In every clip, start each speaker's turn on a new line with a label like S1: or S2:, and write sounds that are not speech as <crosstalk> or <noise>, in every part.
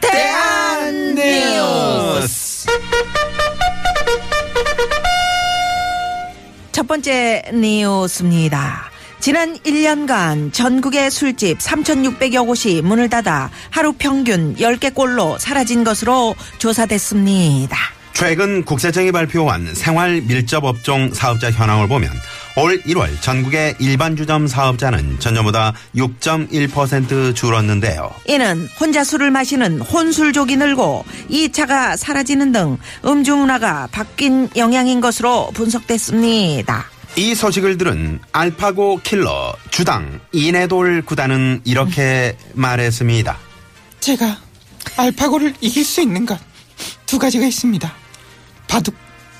S1: 대한
S2: 뉴스.
S1: 첫 번째 뉴스입니다. 지난 1년간 전국의 술집 3,600여 곳이 문을 닫아 하루 평균 10개꼴로 사라진 것으로 조사됐습니다.
S2: 최근 국세청이 발표한 생활 밀접 업종 사업자 현황을 보면 올 1월 전국의 일반 주점 사업자는 전년보다 6.1% 줄었는데요.
S1: 이는 혼자 술을 마시는 혼술족이 늘고 이차가 사라지는 등 음주 문화가 바뀐 영향인 것으로 분석됐습니다.
S2: 이 소식을 들은 알파고 킬러 주당 이내돌 구단은 이렇게 말했습니다.
S3: 제가 알파고를 이길 수 있는 건 두 가지가 있습니다. 바둑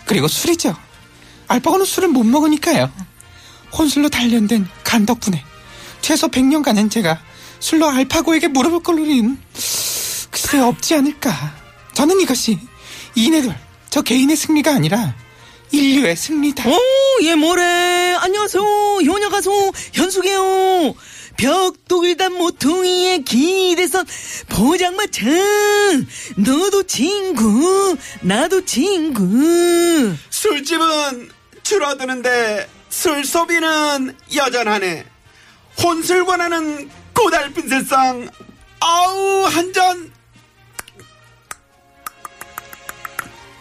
S3: 그리고 술이죠. 알파고는 술을 못 먹으니까요. 혼술로 단련된 간 덕분에 최소 100년간은 제가 술로 알파고에게 물어볼 걸로는 글쎄 없지 않을까. 저는 이것이 이내돌 저 개인의 승리가 아니라 인류의 승리다.
S1: 어?
S4: 오, 예, 뭐래. 안녕하세요. 효녀 가수 현숙이에요. 벽돌단 모퉁이의 기대선 보장마차 너도 친구 나도 친구
S2: 술집은 줄어드는데 술 소비는 여전하네. 혼술 권하는 고달픈 세상. 아우 한 잔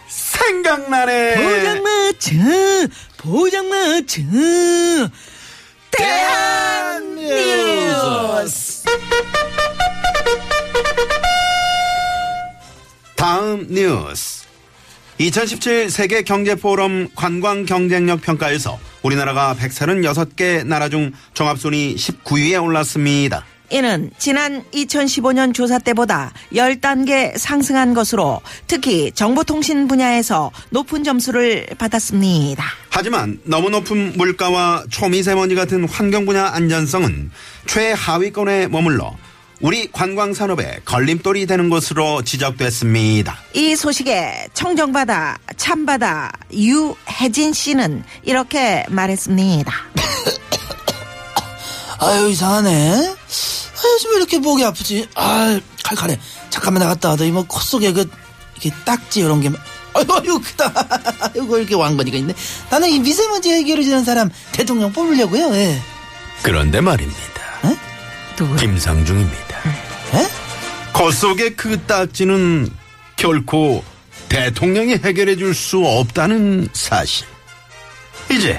S2: 생각나네.
S4: 보장마차 보장마차
S2: 다음 뉴스. 2017 세계 경제 포럼 관광 경쟁력 평가에서 우리나라가 136개 나라 중 종합순위 19위에 올랐습니다.
S1: 이는 지난 2015년 조사 때보다 10단계 상승한 것으로 특히 정보통신 분야에서 높은 점수를 받았습니다.
S2: 하지만 너무 높은 물가와 초미세먼지 같은 환경 분야 안전성은 최하위권에 머물러 우리 관광 산업에 걸림돌이 되는 것으로 지적됐습니다.
S1: 이 소식에 청정바다, 참바다, 유혜진 씨는 이렇게 말했습니다.
S5: 아유 이상하네. 아, 요즘 왜 이렇게 목이 아프지? 아 칼칼해. 잠깐만 나갔다 와도 이뭐 콧 속에 그 이게 딱지 이런 게 막- 아유 아유 크다. <laughs> 이거 이렇게 왕건이가 있네. 나는 이 미세먼지 해결해주는 사람 대통령 뽑으려고요. 예.
S2: 그런데 말입니다. 김상중입니다.
S5: 예?
S2: 겉 속의 그 딱지는 결코 대통령이 해결해 줄 수 없다는 사실. 이제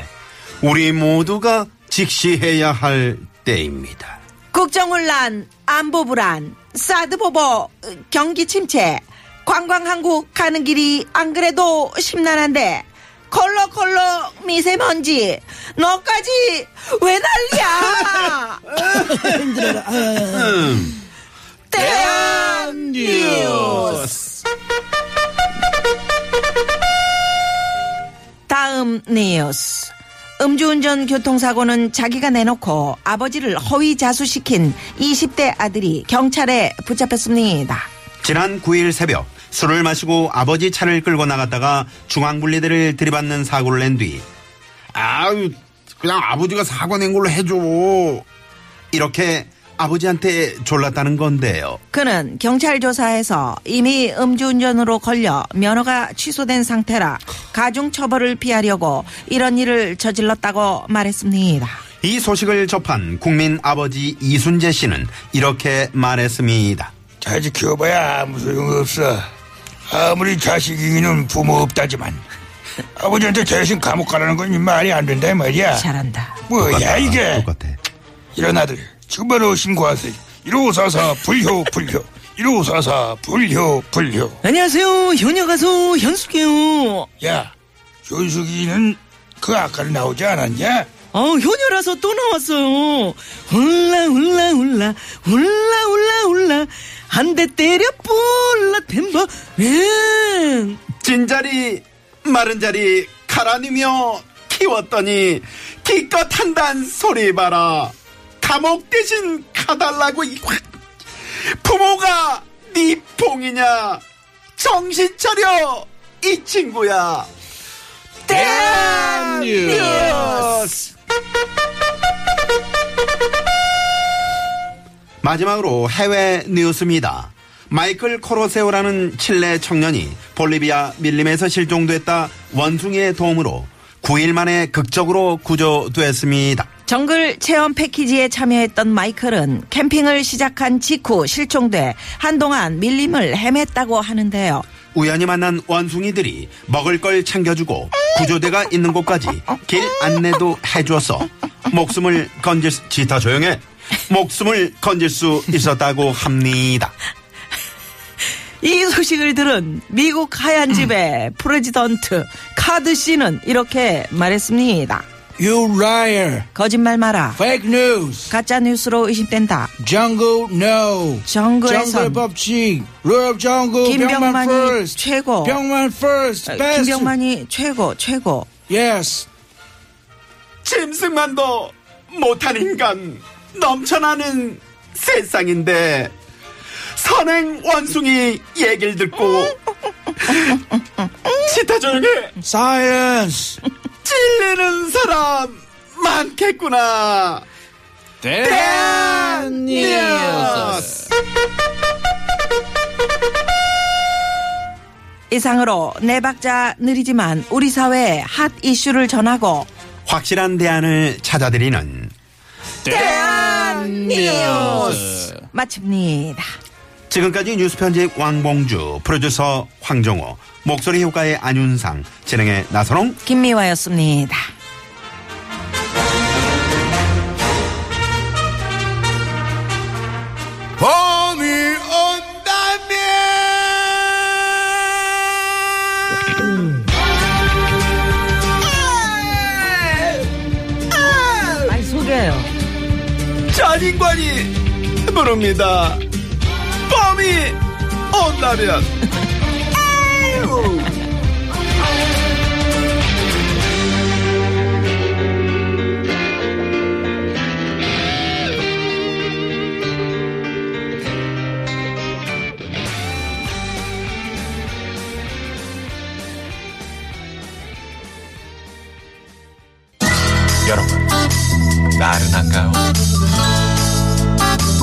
S2: 우리 모두가 직시해야 할 때입니다.
S1: 국정혼란, 안보불안, 사드보보, 경기 침체, 관광 한국 가는 길이 안 그래도 심란한데 걸럭걸럭 미세먼지 너까지 왜 난리야? 대한 뉴스. 다음 뉴스. 음주운전 교통사고는 자기가 내놓고 아버지를 허위자수시킨 20대 아들이 경찰에 붙잡혔습니다.
S2: 지난 9일 새벽 술을 마시고 아버지 차를 끌고 나갔다가 중앙분리대를 들이받는 사고를 낸 뒤 아유 그냥 아버지가 사과 낸 걸로 해줘 이렇게 아버지한테 졸랐다는 건데요
S1: 그는 경찰 조사에서 이미 음주운전으로 걸려 면허가 취소된 상태라 가중처벌을 피하려고 이런 일을 저질렀다고 말했습니다.
S2: 이 소식을 접한 국민 아버지 이순재 씨는 이렇게 말했습니다
S6: 잘 지켜봐야 아무 소용없어. 아무리 자식이기는 부모 없다지만 아버지한테 대신 감옥 가라는 건 말이 안 된다 이 말이야.
S1: 잘한다.
S4: 아.
S6: 뭐야 이게.
S2: 똑같아
S6: 이런 아들 지금 바로 신고하세요. 1544 불효 불효. 1544 불효 불효.
S4: 안녕하세요 효녀 가수 현숙이에요
S6: 야 현숙이는 그 아까를 나오지 않았냐?
S4: 어 효녀라서 또 나왔어요 울라 울라 울라 울라 울라 울라 한 대 때려 볼라 템버 예. 웬
S2: 찐자리 마른자리 가라니며 키웠더니 기껏 한단 소리 봐라. 감옥 대신 가달라고 이 확. 부모가 네 뽕이냐? 정신 차려 이 친구야. 뉴스. 마지막으로 해외 뉴스입니다. 마이클 코로세오라는 칠레 청년이 볼리비아 밀림에서 실종됐다 원숭이의 도움으로 9일 만에 극적으로 구조됐습니다.
S1: 정글 체험 패키지에 참여했던 마이클은 캠핑을 시작한 직후 실종돼 한동안 밀림을 헤맸다고 하는데요.
S2: 우연히 만난 원숭이들이 먹을 걸 챙겨주고 구조대가 있는 곳까지 길 안내도 해주어서 목숨을 건질 수, 지타 조용해. 목숨을 건질 수 있었다고 합니다.
S4: 이 소식을 들은 미국 하얀 집의 프레지던트 카드 씨는 이렇게 말했습니다.
S6: You liar.
S1: 거짓말 마라.
S6: Fake news.
S1: 가짜 뉴스로 의심된다.
S6: Jungle no.
S1: 정글에선
S6: 정글 법칙. 룰 정글.
S1: 김병만이
S6: 병만 first.
S1: 최고.
S6: 병만 first. best.
S1: 김병만이 최고 최고.
S6: Yes.
S2: 짐승만도 못한 인간 넘쳐나는 세상인데 선행 원숭이 얘기를 듣고 지타 조용해.
S6: Science.
S2: 찔리는 사람 많겠구나. 대한 뉴스.
S1: 이상으로 네 박자 느리지만 우리 사회의 핫 이슈를 전하고
S2: 확실한 대안을 찾아드리는
S1: 마칩니다.
S2: 지금까지 뉴스 편집 왕봉주 프로듀서 황정호 목소리 효과의 안윤상 진행의 나선홍
S1: 김미화였습니다.
S6: 봄이 온다면
S4: 아니 소개해요.
S2: 전인관이 부릅니다. 봄이 온다면.
S7: 여러분, 나른한가요?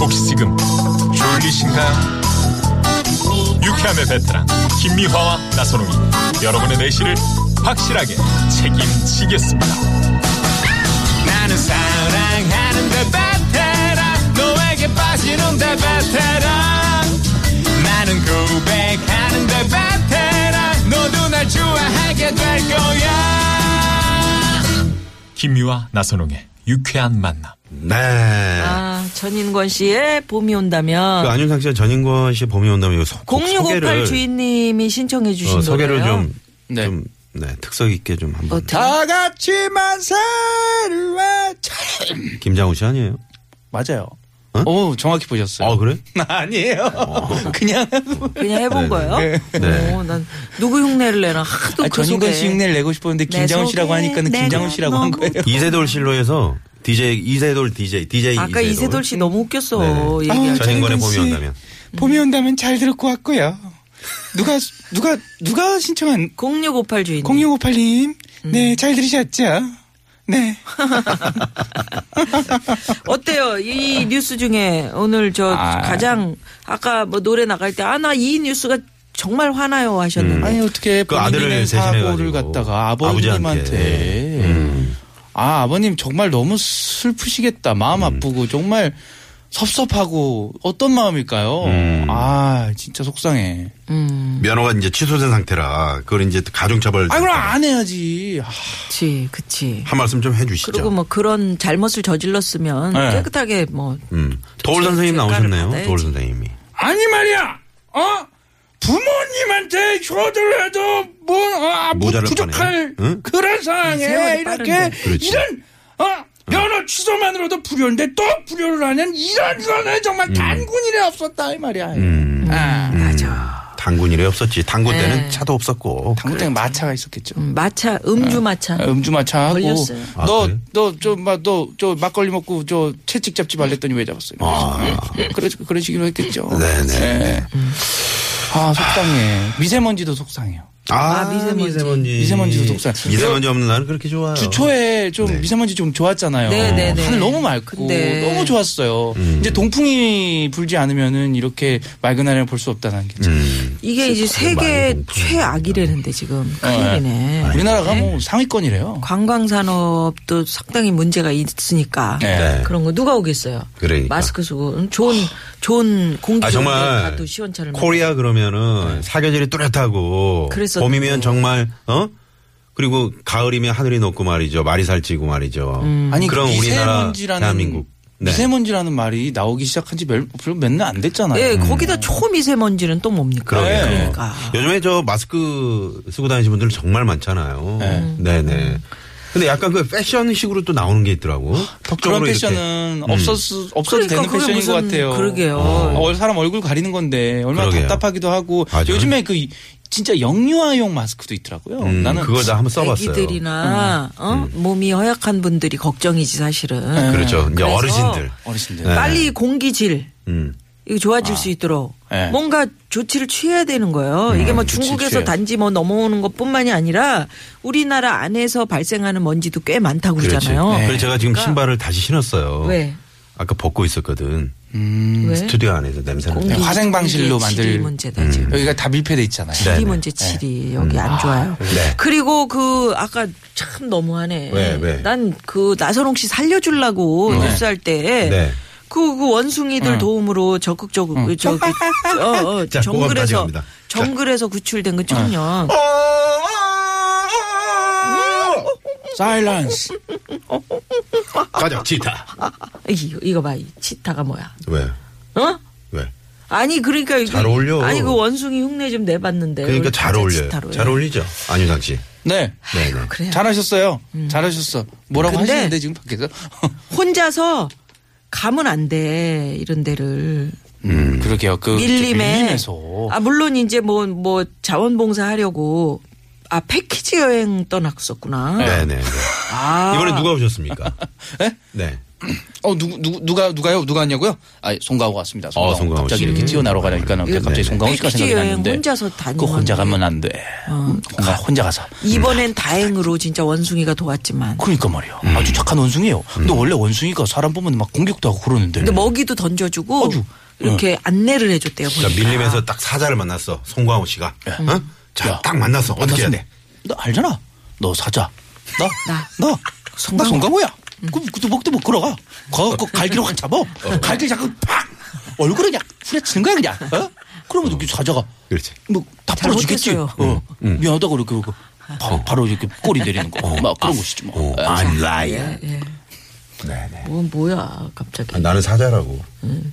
S7: 혹시 지금 졸리신가요? 유쾌함의 베테랑 김미화와 나선홍이 여러분의 내실을 확실하게 책임지겠습니다. 나는 사랑하는데 베테랑 너에게 빠지는데 베테랑 나는 고백하는데 베테랑 너도 날 좋아하게 될 거야. 김유와 나선홍의 유쾌한 만남.
S2: 네.
S4: 아 전인권 씨의 봄이 온다면
S2: 그 안윤상 씨와 전인권 씨 봄이 온다면 이거 소, 꼭
S4: 0658
S2: 소개를
S4: 주인님이 신청해 주신
S2: 어, 소개를
S4: 노래예요. 어,
S2: 좀,
S5: 네.
S2: 좀 네, 특색 있게 좀 한번.
S5: 아,
S6: 다 같이 만세를 외쳐
S2: 김장우 씨 아니에요?
S5: 맞아요.
S2: 어?
S5: 오 정확히 보셨어요.
S2: 아 그래?
S5: 아니에요. 그냥
S4: 그냥 해본
S2: 네,
S4: 거예요.
S2: 네.
S4: 오, 난 누구 흉내를 내나 하도
S5: 아,
S4: 그
S5: 전인권
S4: 속에
S5: 씨 흉내를 내고 싶었는데
S4: 내
S5: 김장훈 씨라고
S4: 속에
S5: 하니까는
S4: 내가
S5: 김장훈 씨라고 한
S4: 너무
S5: <laughs> 거예요.
S2: <laughs> 이세돌 실로에서 DJ 이세돌 DJ DJ
S4: 아까 이세돌 씨 너무 웃겼어.
S2: 네네.
S4: 얘기하는
S3: 아,
S2: 전인권의
S3: 전인권
S2: 봄이
S3: 씨.
S2: 온다면.
S3: 봄이 온다면 잘 들을 것 같고요. 누가 누가 누가 신청한
S4: 0658 주인님.
S3: 0658님
S5: 음.
S3: 네 잘 들으셨죠? 네
S4: 어때요? 이 뉴스 중에 오늘 저
S3: 아.
S4: 가장 아까 뭐 노래 나갈 때 아 나 이 뉴스가 정말 화나요 하셨는데
S5: 음. 아니 어떻게
S2: 그
S5: 본인의
S2: 아들을
S5: 사고를
S2: 대신해가지고
S5: 갖다가
S2: 아버지한테. 음.
S5: 아버님한테 아 아버님 정말 너무 슬프시겠다 마음 아프고 정말 섭섭하고 어떤 마음일까요? 아 진짜 속상해.
S2: 면허가 이제 취소된 상태라 그걸 이제 가중처벌
S5: 아 그럼 안 해야지. 아,
S4: 그치 그치.
S2: 한 말씀 좀 해주시죠.
S4: 그리고 뭐 그런 잘못을 저질렀으면
S5: 네.
S4: 깨끗하게 뭐
S2: 음. 도울
S4: 제-
S2: 선생님
S4: 제가를
S2: 나오셨네요.
S4: 받아야지.
S2: 도울 선생님이.
S6: 아니 말이야 어 부모님한테 효도를 해도 뭐 어, 아, 뭐
S2: 모자랄
S6: 부족할
S2: 뻔했네. 응?
S6: 그런 상황에
S4: 세월이
S6: 이렇게
S4: 빠른데.
S2: 그렇지.
S6: 이런 어 변호 취소만으로도 불효인데 또 불효를 하는 이런 거는 정말 단군이래 없었다 이 말이야
S2: 음.
S4: 맞아.
S2: 다 당군 일이 없었지. 당군
S1: 네.
S2: 때는 차도 없었고.
S3: 당구땡 마차가 있었겠죠.
S1: 음, 마차,
S2: 네.
S1: 음주 마차.
S6: 아,
S3: 음주 마차 하고
S1: 걸렸어요.
S2: 아,
S3: 너
S2: 그래요?
S3: 너저막너저 막걸리 먹고 저 채찍 잡지 말랬더니 왜 잡았어요? 그러 그런 식으로 했겠죠.
S2: 아, 네네. 네.
S3: 아 속상해. 미세먼지도 속상해요.
S2: 아,
S1: 아, 미세먼지.
S3: 미세먼지도 독살.
S2: 미세먼지 없는 날은 그렇게 좋아요.
S3: 주초에 좀
S2: 어. 네.
S3: 미세먼지 좀 좋았잖아요.
S1: 네, 네, 네.
S3: 하늘 너무 맑고
S1: 근데-
S3: 너무 좋았어요.
S2: 음.
S3: 이제 동풍이 불지 않으면은 이렇게 맑은 하늘을 볼 수 없다는 게. 참.
S2: 음.
S1: 이게 이제 세계
S2: 많이 공포.
S1: 최악이라는데 지금
S3: 어,
S1: 큰일이네.
S3: 우리나라가 뭐 상위권이래요.
S1: 관광 산업도 상당히 문제가 있으니까
S3: 네.
S1: 그런 거 누가 오겠어요?
S2: 그러니까.
S1: 마스크 쓰고 음, 좋은 좋은 공기
S2: 아,
S1: 좋은데
S2: 정말.
S1: 가도 시원차를
S2: 코리아 그러면은 사계절이 뚜렷하고.
S1: 네. 그랬었죠.
S2: 봄이면 정말, 어? 그리고 가을이면 하늘이 높고 말이죠. 말이 살찌고 말이죠.
S1: 음.
S2: 그럼 우리나라
S3: 미세먼지라는
S2: 대한민국. 네.
S3: 미세먼지라는 말이 나오기 시작한 지 별, 별로 몇 날 안 됐잖아요.
S1: 예, 거기다 초미세먼지는 또 뭡니까?
S2: 네, 음. 그러게요. 예,
S1: 그러니까.
S2: 요즘에 저 마스크 쓰고 다니시는 분들 정말 많잖아요. 네. 네 근데 약간 그 패션식으로 또 나오는 게 있더라고.
S3: 그런
S2: 턱적으로 이렇게. 음.
S3: 패션은 없었 없어도
S1: 그러니까
S3: 되는
S1: 그게
S3: 패션인 것
S1: 무슨-
S3: 같아요.
S1: 그러게요.
S3: 어, 얼- 사람 얼굴 가리는 건데 얼마나
S2: 그러게요.
S3: 답답하기도 하고
S2: 맞아요.
S3: 요즘에 그 이- 진짜 영유아용 마스크도 있더라고요.
S2: 음,
S3: 나는
S2: 그걸 다 한번 써봤어요. 음.
S1: 아기들이나 어? 몸이 허약한 분들이 걱정이지 사실은.
S2: 그렇죠. 이제
S1: 그래서
S2: 어르신들.
S3: 어르신들.
S2: 네.
S1: 빨리 공기질
S2: 음.
S1: 이거 좋아질 수 있도록
S2: 네.
S3: 예.
S1: 뭔가 조치를 취해야 되는 거예요.
S2: 음,
S1: 이게 뭐
S3: 조치를
S1: 중국에서
S3: 취해야 돼.
S1: 단지 뭐 넘어오는 것뿐만이 아니라 우리나라 안에서 발생하는 먼지도 꽤 많다고 그러잖아요.
S2: 그렇지. 네. 그래서 제가 지금
S1: 그러니까-
S2: 신발을 다시 신었어요.
S1: 왜?
S2: 아까 벗고 있었거든.
S3: 음,
S1: 왜?
S2: 스튜디오 안에서 냄새를.
S1: 공기
S2: 맡고.
S3: 네. 화생 방실로
S1: 공기의 질이
S3: 만들-
S1: 문제다
S2: 음.
S1: 지금.
S3: 여기가 다 밀폐돼 있잖아요.
S2: 네.
S1: 질이
S2: 네네.
S1: 문제 질이 여기 안 좋아요.
S2: 네.
S1: 그리고 그 아까 참 너무하네.
S2: 왜, 왜?
S1: 난 그 나선홍 씨 살려주려고 뉴스 할때
S2: 네.
S1: 그, 그 원숭이들 도움으로 적극적으로 저,
S2: <laughs>
S1: 어, 어,
S2: 자, 그거까지
S1: 정글에서
S2: 갑니다. 자. 어.
S1: 정글에서 구출된 그 청년
S3: 사일런스.
S2: 가자, 치타.
S1: 이거, 이거 봐, 이 치타가 뭐야?
S2: 왜?
S1: 어?
S2: 왜?
S1: 아니 그러니까 이거-
S2: 잘 어울려.
S1: 아니 그 원숭이 흉내 좀 내봤는데.
S2: 그러니까
S1: 우리
S2: 잘
S1: 진짜
S2: 어울려요.
S1: 치타로
S2: 잘
S1: 해.
S2: 어울리죠. 안유상 씨.
S3: 네.
S2: 네, 네.
S1: 그래요.
S3: 잘하셨어요. 잘하셨어. 뭐라고
S1: 음. 근데-
S3: 하시는데 지금 밖에서?
S1: 혼자서 가면 안 돼. 이런 데를
S3: 그러게요. 그
S1: 밀림에.
S3: 밀림에서
S1: 아 물론 이제 뭐 뭐 자원봉사 하려고 아 패키지 여행 떠났었구나.
S2: 네, 네. 네.
S1: 아.
S2: 이번에 누가 오셨습니까?
S3: 네?
S2: 네.
S3: 어, 누구, 누구, 누가, 누가요? 누가 왔냐고요? 아, 송가호 왔습니다. 송가호.
S2: 송가호
S3: 갑자기
S2: 씨.
S3: 이렇게
S2: 음.
S3: 튀어나오러 가니까 갑자기
S2: 네.
S3: 송가호 씨가
S1: 백지
S3: 생각이
S1: 여행
S3: 났는데.
S1: 혼자서 어.
S3: 그거
S1: 다니면
S3: 혼자
S1: 안
S3: 가면 안 돼. 혼자, 혼자 가서.
S1: 이번엔 다행으로 진짜 원숭이가 도왔지만.
S3: 그러니까 말이야. 아주 착한 원숭이에요. 근데 원래 원숭이가 사람 보면 막 공격도 하고 그러는데.
S1: 근데 먹이도 던져주고
S3: 아주.
S1: 이렇게 안내를 해줬대요.
S2: 자,
S1: 보니까.
S2: 그러니까 밀림에서 딱 사자를 만났어. 송광호 씨가. 어? 자,
S3: 야.
S2: 딱 만났어. 어떻게 해야
S3: 만났으면
S2: 돼?
S3: 너 알잖아. 너 사자. 나,
S1: 나. 음.
S3: 나,
S1: 송강호.
S3: 나 송강호야. 그럼 그도 먹도 못 걸어가. 거, 거 갈기로 확 잡아.
S2: 어.
S3: 갈기를 자꾸 팍! 얼굴에 그냥 후려치는 거야, 그냥. 어? 그러면 이렇게 사자가.
S2: 그렇지. 음.
S3: 뭐다
S1: 잘
S3: 부러지겠지.
S1: 못했어요.
S3: 어. 미안하다고 이렇게 그러고 바, 바로 이렇게 꼬리 내리는 거. 막 그런 것이지 뭐. 예.
S2: 어. I'm
S1: 예.
S2: 네, 네.
S1: 뭐 뭐야 갑자기.
S2: 아, 나는 사자라고.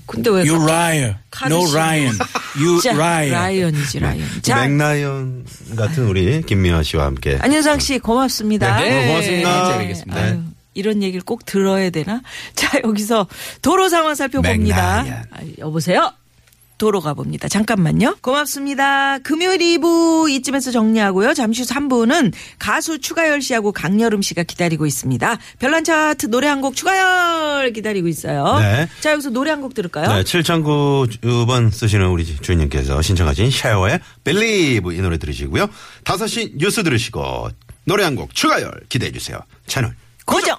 S1: 근데 왜?
S3: You liar. No
S1: 카르시.
S3: Ryan. You
S1: 진짜
S3: liar.
S1: 라이언이지 라이언. 자
S2: 맥라이언 같은 우리 김미아 씨와 함께.
S1: 안현상 씨 고맙습니다.
S2: 네, 네, 고맙습니다.
S1: 네,
S2: 뵙겠습니다.
S1: 아유,
S2: 네.
S1: 이런 얘기를 꼭 들어야 되나? <laughs> 자 여기서 도로 상황 살펴봅니다.
S2: 맥라이언.
S1: 아, 여보세요. 도로 가봅니다. 잠깐만요. 고맙습니다. 금요일 2부 이쯤에서 정리하고요. 잠시 후 3부는 가수 추가열 씨하고 강여름 씨가 기다리고 있습니다. 별난 차트 노래 한 곡 추가열 기다리고 있어요.
S2: 네.
S1: 자, 여기서 노래 한 곡 들을까요?
S2: 네, 7009번 쓰시는 우리 주인님께서 신청하신 샤워의 Believe 이 노래 들으시고요. 5시 뉴스 들으시고 노래 한 곡 추가열 기대해 주세요. 채널
S1: 고정!